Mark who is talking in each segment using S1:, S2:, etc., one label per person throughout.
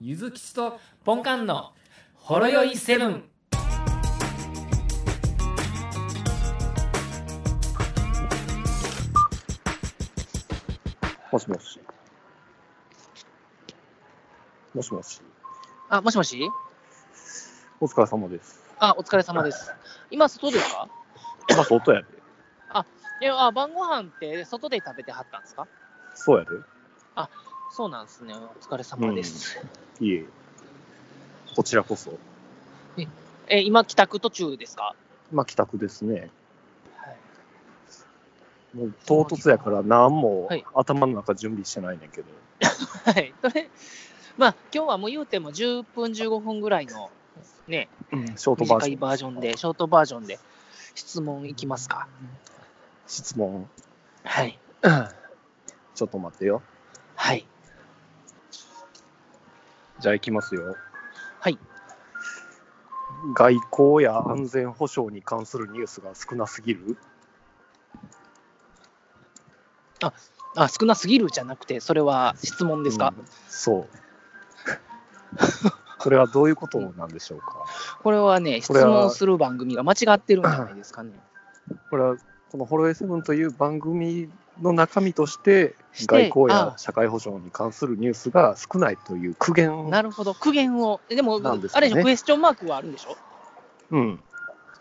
S1: ゆずきちとポンカンのほろよいセブン。
S2: もしもし。もしもし。
S3: あ、もしもし
S2: お疲れ様です。
S3: あ、お疲れ様です。今、外ですか
S2: 今外やで。
S3: いや、あ、晩ご飯って外で食べてはったんですか
S2: そうや
S3: そうなんですね。お疲れ様です。
S2: で。いえ。こちらこそ。
S3: え、今、帰宅途中ですか
S2: まあ帰宅ですね。もう唐突やから何も
S3: はい
S2: 頭の中準備してないねんけど。
S3: はい。 それ、まあ、今日はもう言うても10分、15分ぐらいの、ね、
S2: うんショートバー
S3: 短
S2: ジ
S3: い
S2: ョン。
S3: バージョンで、ショートバージョンで、質問いきますか。
S2: 質問。
S3: はい。
S2: ちょっと待ってよ。
S3: はい。
S2: じゃあ行きますよ。
S3: はい。
S2: 外交や安全保障に関するニュースが少なすぎる
S3: あ、少なすぎるじゃなくて、それは質問ですか、
S2: うんそう。 これはどういうことなんでしょうか。
S3: これはね、質
S2: これは
S3: 問する番組が間違ってるんじゃないですかね。
S2: これはこの「ホロウェイセブン」という番組の中身として
S3: して
S2: 外交や
S3: あ
S2: 社会保障に関するニュースが少ないという苦言
S3: なるほど。苦言を。えでも、
S2: なんですか
S3: あ
S2: ね
S3: れでしょ、クエスチョンマークはあるんでしょ
S2: うん、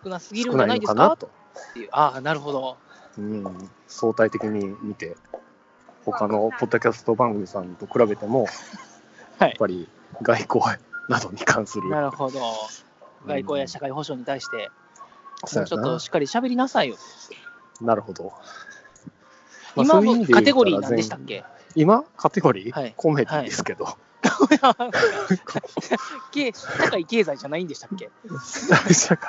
S3: 少なすぎる
S2: 少
S3: んじゃ
S2: な
S3: ないい
S2: の
S3: です
S2: か
S3: か
S2: なと、
S3: っていう。ああ、なるほど。
S2: うん、相対的に見て他のポッドキャスト番組さんと比べても、
S3: はい
S2: やっぱり外交などに関する
S3: なるほど。外交や社
S2: 会、
S3: 会保障に対して、
S2: うん
S3: もうちょっとしっかり喋りなさいよ。
S2: なるほど、まあ
S3: 今
S2: そういう
S3: も
S2: 意味で言うたら
S3: カテゴリー何でしたっけ
S2: 今カテゴリー、
S3: はい
S2: コメディですけど、
S3: 経社会経済じゃないんでしたっけ
S2: 社会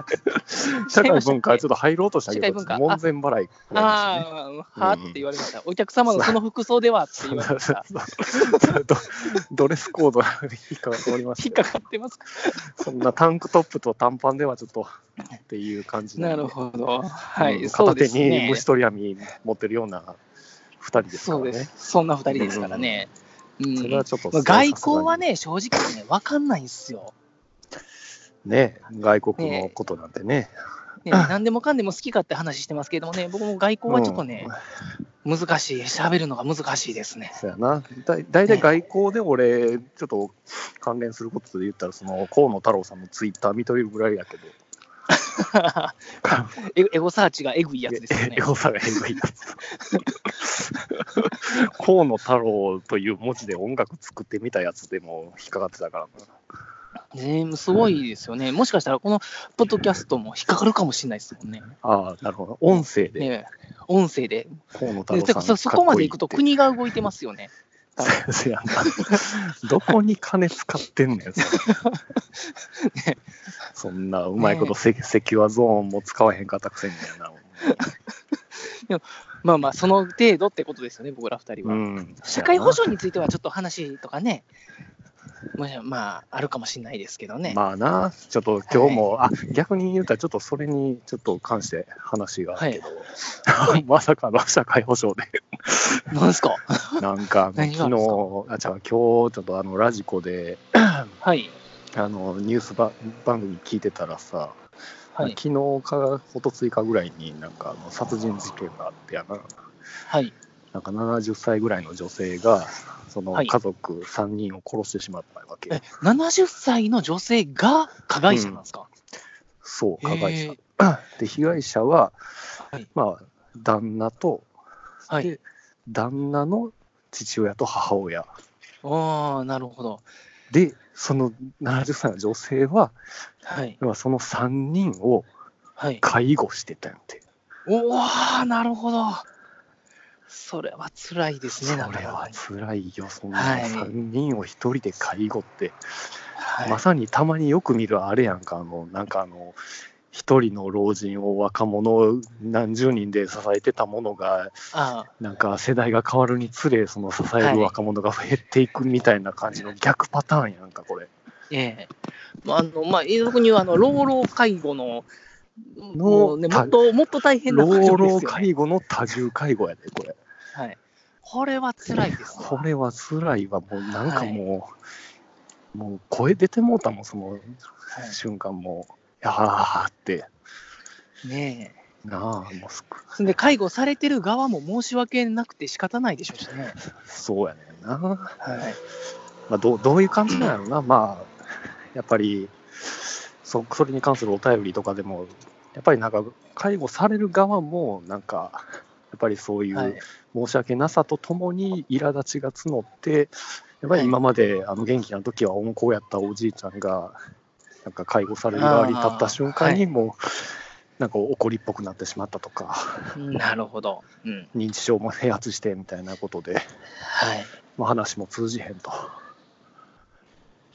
S2: 社会文化ちょっと入ろうとしたけ
S3: 社会
S2: ど、
S3: 文化
S2: 門前払い、
S3: ああ、はあって言われました。お客様のその服装ではって言われました。
S2: ドドレスコードが引っかかっておりま
S3: 引っ
S2: し
S3: か
S2: て、
S3: かってますか
S2: そんなタンクトップと短パンではちょっとっていう感じ
S3: な
S2: なんで
S3: るほど。は
S2: う
S3: い、
S2: ん
S3: そう
S2: 片
S3: で
S2: 手
S3: すね。
S2: に虫取り網持ってるような2人ですか
S3: そ
S2: ら
S3: う
S2: ね。
S3: で
S2: そ
S3: す。そんな二人ですからね。うん
S2: れはちょっと、
S3: まあ外交はね、正直ね、わかんないんすよ。
S2: ね、外国のことなんてね、
S3: ね、何でもかんでも好きかって話してますけどもね、僕も外交はちょっとね、難しい、喋るのが難しいですね。
S2: そうやな、だい大体外交で俺、ちょっと関連することで言ったら、その河野太郎さんのツイッター見とれるぐらいやけど、
S3: エエゴサーチがエグいやつですよね
S2: エ。ゴサがエグいやつ。 河野太郎という文字で音楽作ってみたやつでも引っかかってたからな。
S3: ねすごいですよね。もしかしたらこのポッドキャストも引っかかるかもしれないですもんね。
S2: ああ、なるほど。音声で
S3: ね音声で。
S2: 河野太
S3: で
S2: 郎さん
S3: そそこまでいくと
S2: かっ
S3: 国が動いてますよね。
S2: こいいって。せやなどこに金使ってんね ん、それそんなうまいことせ、 石油はゾーンも使わへんかったくせにやな。
S3: まあまあ、その程度ってことですよね、僕ら二人
S2: う
S3: は。
S2: ん、
S3: 社会保障についてはちょっと話とかね、もしまあ、あるかもしれないですけどね。
S2: まあな、ちょっと今日も、あ逆に言うたら、ちょっとそれにちょっと関して話があるけど、 まさかの社会保 障で、
S3: なんですか
S2: なんか昨
S3: 何
S2: 日
S3: があるんです
S2: あじゃあ今日ちょっとあのラジコで
S3: はい。
S2: あのニュースば番組聞いてたらさ、
S3: はい。
S2: 昨日か一昨日かぐらいになんかあの殺人事件があってやな、
S3: はい。
S2: なんか70歳ぐらいの女性が、その
S3: はい
S2: 家族3人を殺してしまったわけ、
S3: え、70歳の女性が加害者なんですか、
S2: そう、加害者
S3: へ。
S2: で、被害者は、
S3: はい
S2: まあ、旦那と、
S3: はい
S2: で旦那の父親と母親
S3: ああ、なるほど。
S2: でその70歳の女性は
S3: はい。
S2: 要はその3人を
S3: はい。
S2: 介護してたんやて
S3: おお、なるほど。それは辛いです
S2: そ
S3: ね、
S2: れ
S3: なかなか
S2: は
S3: ね
S2: 辛いよそんな
S3: はい
S2: 3人を1人で介護って、
S3: はい
S2: まさにたまによく見るあれやんかあのなんかあの一人の老人を若者何十人で支えてたものが
S3: あ
S2: なんか世代が変わるにつれその支える若者が減っていくみたいな感じの逆パターンやんかこれ。
S3: ーええまあ、あの、まあ、俗に言う、あの、老老介護の、もうね、も
S2: た
S3: っと、もっと大変な
S2: 老
S3: バージョンです
S2: 老
S3: よ、ね。
S2: 介護の多重介護やで、これ。
S3: はい。これは辛いですわ。
S2: これは辛いわ、もうなんかもう、もう声出てもうたもん、その瞬間もう、やーって、
S3: ねえ。
S2: なあ、もうすく
S3: そんで、介護されてる側も申し訳なくて仕方ないでしょうしね。
S2: そうやねんな。ま
S3: はい。
S2: あ、どうどういう感じなんやろな、まあ、やっぱりそ、それに関するお便りとかでも、やっぱりなんか、介護される側も、なんか、やっぱりそうい
S3: は
S2: う
S3: い。
S2: 申し訳なさとともに苛立ちが募って、やっぱり今まであの元気な時は温厚やったおじいちゃんが、なんか介護される側に立った瞬間にもう、なんか怒りっぽくなってしまったとか、
S3: なるほど。うん。
S2: 認知症も併発してみたいなことで、
S3: はい。
S2: まあ、話も通じへんと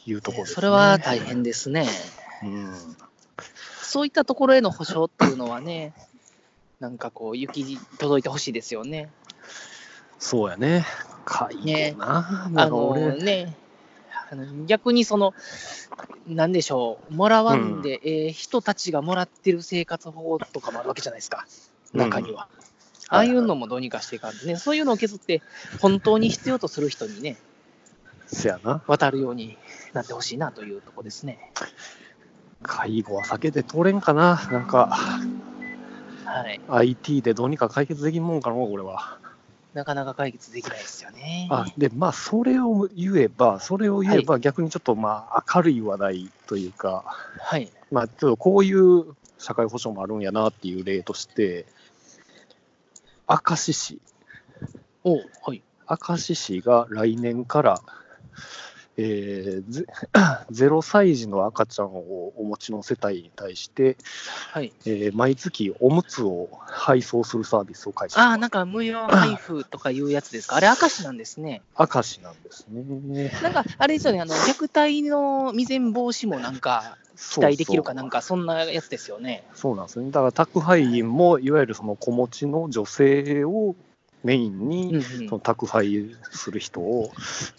S2: いうところです、ね。
S3: それは大変ですね。
S2: うん。
S3: そういったところへの保証っていうのはね、なんかこう、行き届いてほしいですよね。
S2: そうやね。介護な。な
S3: あ
S2: んか
S3: の
S2: 俺、
S3: ね、あの逆にその、なんでしょう、もらわんで、ええ人たちがもらってる生活保護とかもあるわけじゃないですか、
S2: うん
S3: 中には。ああいうのもどうにかしていかんとね、そういうのを削って、本当に必要とする人にね、
S2: せやな。
S3: 渡るようになってほしいなというとこですね。
S2: 介護は避けて通れんかな。なんか、
S3: はい、
S2: IT でどうにか解決できんもんかな、これは。
S3: なかなか解決できないですよね。
S2: あで、まあ、それを言えば、それを言えば、逆にちょっとまあ、明るい話題というか、
S3: はい、
S2: まあ、ちょっとこういう社会保障もあるんやなっていう例として、明石市。
S3: おはい、
S2: 明石市が来年から、えー ゼ0歳児の赤ちゃんをお持ちの世帯に対して、
S3: はい。
S2: えー毎月おむつを配送するサービスを開始
S3: ああ、なんか無料配布とかいうやつですか。あれ、明石なんですね。
S2: 明石なんですね。
S3: なんか、あれですよね、あの虐待の未然防止もなんか、期
S2: 期
S3: 待できるかなんか、そんなやつですよね。
S2: そうなんですね。だから宅配員も、いわゆるその子持ちの女性をメイン
S3: うんう
S2: に、
S3: ん
S2: その宅配する人を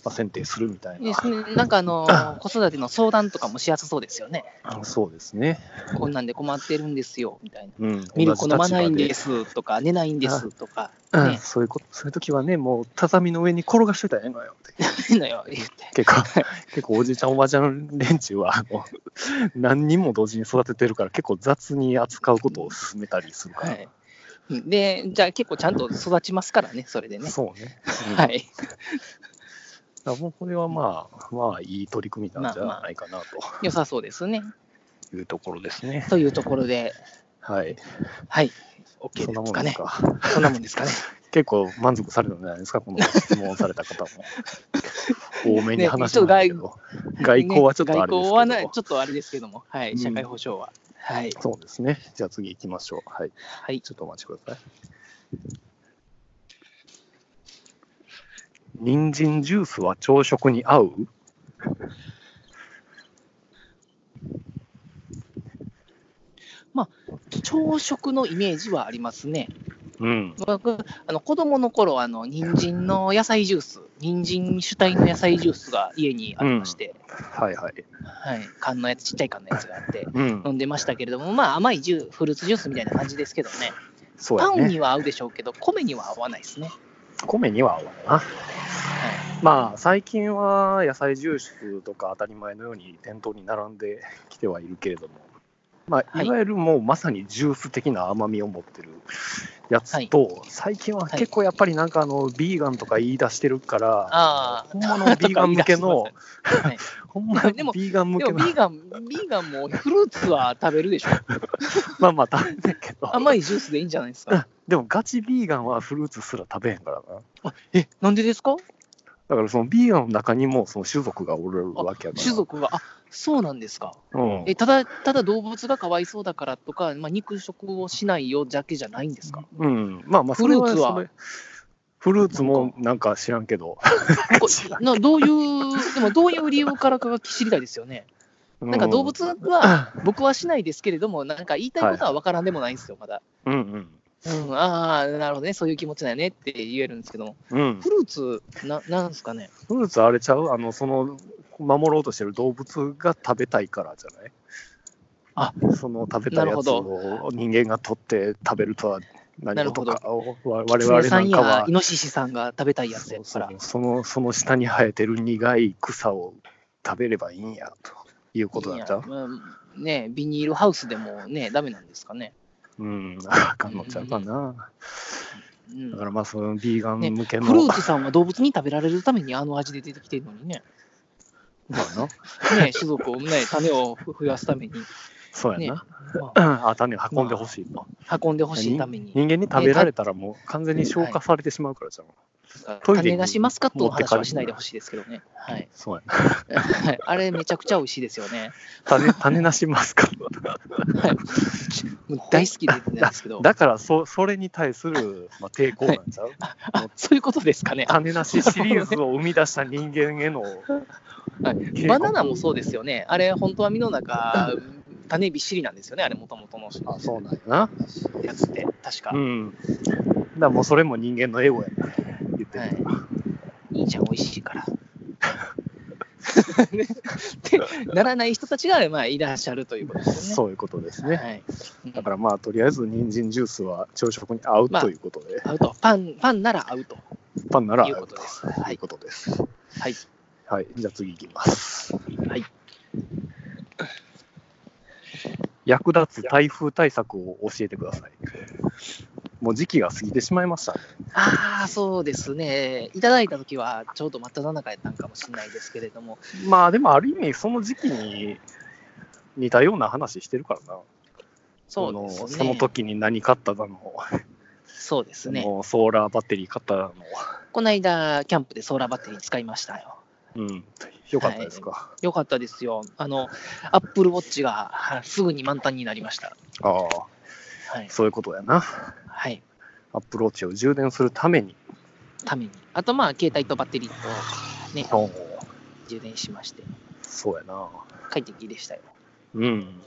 S2: まあ選定するみたい
S3: で
S2: な。
S3: すね、なんかあの子育ての相談とかもしやすそうですよね。
S2: そうですね。
S3: こんなんで困ってるんですよみたいな。
S2: うん。
S3: ミルク飲まないん
S2: 同じ立場
S3: ですとか、寝ないんですとか、
S2: うん
S3: ね
S2: そういうこと、そういう時はね、もう畳の上に転がしといたらええのよって。
S3: 変なよ言って。
S2: 結構、 結構おじいちゃん、おばあちゃん連中は、あの 何人も同時に育ててるから、結構雑に扱うことを勧めたりするから。
S3: はい、うんで、じゃあ結構ちゃんと育ちますからね、それでね。
S2: そうね。うん
S3: は。い、
S2: だからもうこれはまあ、まあ、いい取り組みなんじゃないかな
S3: 良さそうですね。
S2: というところですね。
S3: というところで、
S2: はい。
S3: はい、OK
S2: そん
S3: で
S2: なも
S3: す
S2: ん
S3: か
S2: で
S3: ね
S2: す。か。
S3: そんなもんですかね。
S2: 結構満足されたんじゃないですか、この質問された方 も。多めに話しましたけど、 外交はちょっとあれですけ
S3: ね外
S2: ど
S3: 交はないちょっとあれですけども、は
S2: うん
S3: い、社会保障は。はい、
S2: そうですね。じゃあ次行きましょう。はい。
S3: はい、
S2: ちょっとお待ちください。人参ジュースは朝食に合う
S3: 朝食のイメージはありますね。
S2: うん。
S3: 僕、あの子供の頃、あの人参の野菜ジュース、人参主体の野菜ジュースが家にありまして、
S2: はいはい。
S3: はい、缶のやつ、ちっちゃい缶のやつがあって、
S2: うん
S3: 飲。んでましたけれども、まあ、甘いジュフルーツジュースみたいな感じですけどね、
S2: そう
S3: パ
S2: や
S3: ン
S2: ね。
S3: には合うでしょうけど、米には合わないですね。
S2: 米には合わないな。
S3: は
S2: まあ、最近は野菜ジュースとか当たり前のように店頭に並んできてはいるけれども、まあ、
S3: はいい
S2: わゆるもうまさにジュース的な甘みを持ってるやつと、最近は結構やっぱりなんかあの、ビーガンとか言い出してるから、
S3: あ
S2: 本物ビーガン向けの
S3: と、あ、はい
S2: 本物ビ
S3: でも
S2: ーガン 向
S3: で
S2: け
S3: も
S2: の
S3: ビーガン、ビーガンもフルーツは食べるで しょ。
S2: まあまあ食べてるけど。
S3: 甘いジュースでいいんじゃないですか。
S2: でもガチビーガンはフルーツすら食べへんからな。
S3: え、なんでですか
S2: だからそのビーガンの中にもその種族がおるわけやから。
S3: 種族が、あそうなんですか。
S2: うん。
S3: え、ただ、ただ動物がかわいそうだからとか、まあ、肉食をしないよだけじゃないんですか。
S2: うん。まあまあ、それは
S3: フルーツは
S2: それフルーツもなんか知らんけど。
S3: こ
S2: 知 らん
S3: などういう、でもどういう理由からかが知りたいですよね。なんか動物は、
S2: は、
S3: 僕はしないですけれども、なんか言いたいことは分からんでもないんですよ、まだ。
S2: うんうん。
S3: うん、ああ、なるほどね、そういう気持ちだよねって言えるんですけども、
S2: うん。
S3: フルーツ、ななんですかね。
S2: フルーツあれちゃうあの、その、守ろうとしてる動物が食べたいからじゃない
S3: あ
S2: その食べた
S3: な
S2: や
S3: るほ
S2: つを人間が取って食べるとは
S3: な
S2: 何
S3: る
S2: 事
S3: ほど
S2: かを我
S3: キツ
S2: 々
S3: ネさ
S2: なんんか
S3: や
S2: は
S3: イノシシさんが食べたいやつや
S2: そう
S3: から。
S2: そうそのその下に生えてる苦い草を食べればいいんやということだった
S3: いいんやまあねビニールハウスでもね、ダメなんですかね。
S2: うんあかんのちゃうかな、
S3: うん、
S2: だからまあそのビーガン
S3: ね
S2: 向けの、
S3: フルーツさんは動物に食べられるためにあの味で出てきてるのにね、
S2: まあな
S3: ね種族をね、種を増やすために、
S2: そう
S3: ね
S2: やな、
S3: まあ
S2: あ種を運んでほしいと、
S3: 運んでほしいために、
S2: 人間に食べられたらもう完全に消化されてしまうからじゃん、トイレに
S3: 種なしマスカットの話はしないでほしいですけどね、はい、
S2: そうやな
S3: はいあれめちゃくちゃ美味しいですよ ね、
S2: 種 種なしマスカット
S3: もう大好きで言ってたんですけど、
S2: だからそそれに対する、まあ、抵抗なん ちゃう、
S3: あそういうことですかね、
S2: 種なしシリーズを生み出した人間への
S3: はい、バナナもそうですよね、あれ、本当は身の中、種びっしりなんですよね、あれ、もともとの
S2: あ そうなんやな
S3: やつって、確か。
S2: うんだからもうそれも人間のエゴやな言ってるから、
S3: 兄ちゃん美味しい から。ねってならない人たちが、まあ、いらっしゃるということですよ
S2: そういうことです
S3: ね。
S2: ね、
S3: はい、
S2: だからまあとりあえず人参ジュースは朝食に合う
S3: まあ
S2: ということで、
S3: ら、合うと、パン、パンなら合うと
S2: パンなら合
S3: いううことです。は
S2: という
S3: い、
S2: ことです
S3: はい、
S2: はいじゃあ次いきます
S3: はい。
S2: 役立つ台風対策を教えてくださいもう時期が過ぎてしまいましたね
S3: ああ、そうですね。いただいたときは、ちょうど真っ只中やったんかもしれないですけれども、
S2: まあでもある意味その時期に似たような話してるからな
S3: そうですね。
S2: そのその時に何買っただの
S3: そうですね。
S2: もうソーラーバッテリー買っただの
S3: この間、キャンプでソーラーバッテリー使いましたよ。
S2: うんよかったですか、
S3: よかったですよ。あの、アップルウォッチがはすぐに満タンになりました。
S2: ああ
S3: はい。
S2: そういうことやな
S3: はい。
S2: アップローチを充電するために
S3: ために。あと、まあ、携帯とバッテリーと、ね、充電しまして、
S2: そうやな
S3: 快適でしたよ。
S2: うん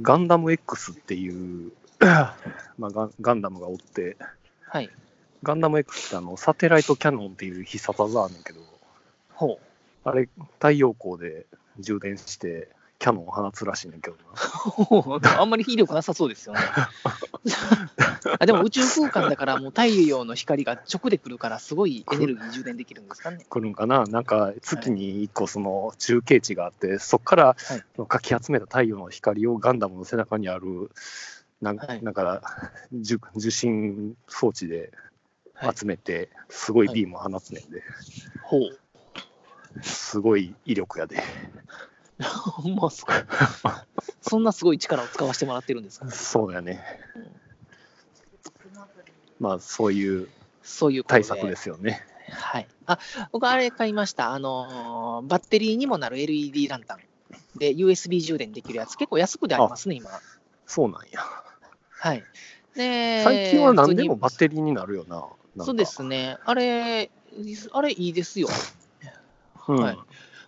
S2: ガンダム X っていう、 まあ、ガンガンダムがおって
S3: はい。
S2: ガンダム X ってあのサテライトキャノンっていう必殺技あるんだけど
S3: ほう。
S2: あれ太陽光で充電してキャノン放つらしいねんだけどな
S3: ほうあんまり威力なさそうです よね。あでも、宇宙空間だから、もう太陽の光が直で来るから、すごいエネルギー充電できるんですかね。
S2: 来るんかななんか月に1個その中継地があってそこから
S3: はい
S2: そのかき集めた太陽の光をガンダムの背中にあるなん,、
S3: はい
S2: なんか受受信装置で
S3: はい
S2: 集めてすごいビームを放つねんで、
S3: ほう。
S2: すごい威力やで
S3: ほんまっすか。そんなすごい力を使わせてもらってるんですか
S2: そうやねまあそういう
S3: そういうこと。
S2: 対策ですすよね
S3: はい。あ、僕、あれ買いました。あのーバッテリーにもなる LED ランタン。で、USB 充電できるやつ、結構安くでありますね、今。
S2: そうなんや
S3: はい。で
S2: 最近は何でも
S3: 普
S2: バッテリーになるよな
S3: 通
S2: なんか
S3: にそうですね。あれ、あれいいですよ。
S2: うん
S3: はい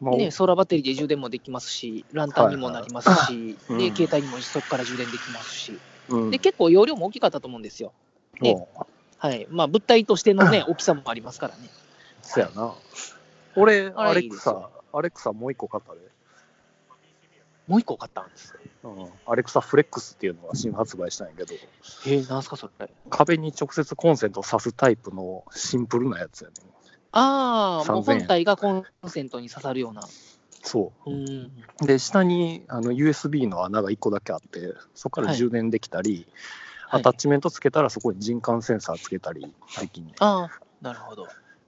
S2: まあ
S3: ね、ソーラーバッテリーで充電もできますし、ランタンにもなりますし、
S2: はいはいうん
S3: で、携帯にもそこから充電できますし、
S2: うん
S3: で、結構容量も大きかったと思うんですよ。ね
S2: もう
S3: はい。まあ、物体としての ね、大きさもありますからね。
S2: そやな。俺、
S3: あ
S2: ア
S3: れ
S2: レ
S3: いい
S2: ク
S3: ですよ
S2: サ、アレクサもう一個買ったで。
S3: もう一個買ったんです。
S2: うん、アレクサフレックスっていうのが新発売したんやけど、
S3: えー、なんすかそれ。
S2: 壁に直接コンセント挿すタイプのシンプルなやつやね
S3: ああ、もう
S2: 3000円
S3: 本体がコンセントに刺さるような。
S2: そ
S3: うん。
S2: う。で、下にあの USB の穴が一個だけあって、そこか
S3: は
S2: ら
S3: い
S2: 充電できたり、
S3: はい
S2: アタッチメントつけたらそこに人感センサーつけたりできんねん
S3: ああ、なるほど。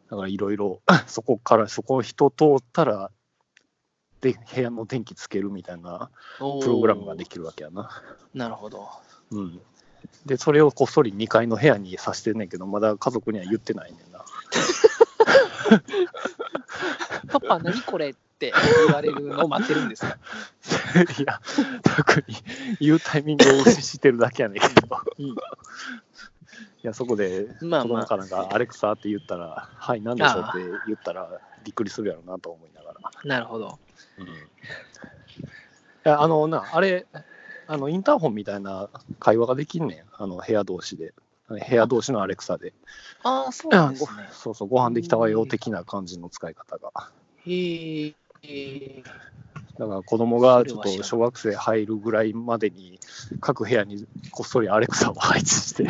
S2: だからいろいろ、 そこから、そこ人通ったら、で部屋の電気つけるみたいな
S3: おー
S2: プログラムができるわけやな。
S3: なるほど。
S2: うん、でそれをこっそり2階の部屋にさしてんねんけどまだ家族には言ってないねんな
S3: パパ、何これって言われるのを待ってるん ですか。
S2: いや特に言うタイミングを無視してるだけやねんけど、
S3: うん
S2: いやそこで子
S3: まあま
S2: 供
S3: あ
S2: かなんか「アレクサ」って言ったら「はい何でしょう?」って言ったらびっくりするやろなと思いながら、
S3: なるほど。
S2: うん、い やあのなあれあのインターホンみたいな会話ができんねんあの部屋同士で部屋同士のアレクサで
S3: ああ、そうなんですね。
S2: そうそうご飯できたわよ的な感じの使い方が。
S3: へえ。
S2: だから子供がちょっと小学生入るぐらいまでに各部屋にこっそりアレクサを配 置して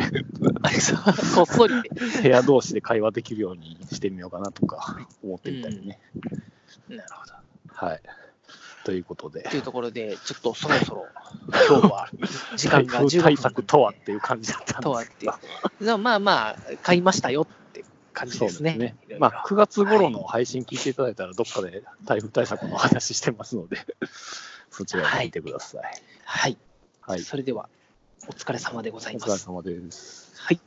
S3: あれさ、こっそりで。
S2: 部屋同士で会話できるようにしてみようかなとか思ってみたりね、
S3: なるほど。
S2: はい。ということで、
S4: というところで、ちょっとそろそ ろ、今日は時間
S2: 台
S4: が15
S2: 風
S4: 分
S2: 対策とはっていう感じだったん
S4: と
S2: で
S4: はっ
S2: す
S4: て
S2: けど。
S4: いう。まあまあ、買いましたよって感じ
S2: そ
S4: で
S2: うですす
S4: ね。
S2: ね
S4: いろい。ろ
S2: まあ、9月頃の配信聞いていただいたら、どっかで台風対策のお話してます ので、そちらを聞いてください。
S4: はい。
S2: はい。
S4: それでは、お疲れ様でござい
S2: お
S4: ま
S2: 疲れ
S4: す。
S2: 様です。
S4: はい。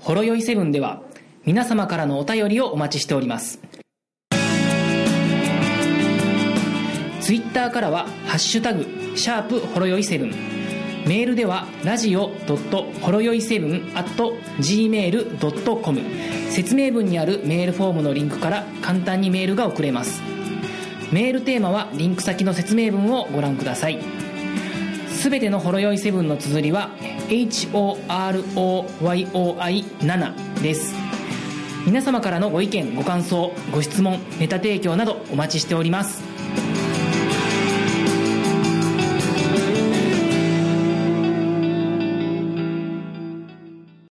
S3: ほろよいセブンでは皆様からのお便りをお待ちしておりますツイッターからは「ハッシュタグシャープほろよいセブン」メールではラジオほろよい7 gmail.com 説明文にあるメールフォームのリンクから簡単にメールが送れますメールテーマはリンク先の説明文をご覧くださいすべてのほろ酔いセブンの綴りは HOROYOI7 です皆様からのご意見ご感想ご質問ネタ提供などお待ちしております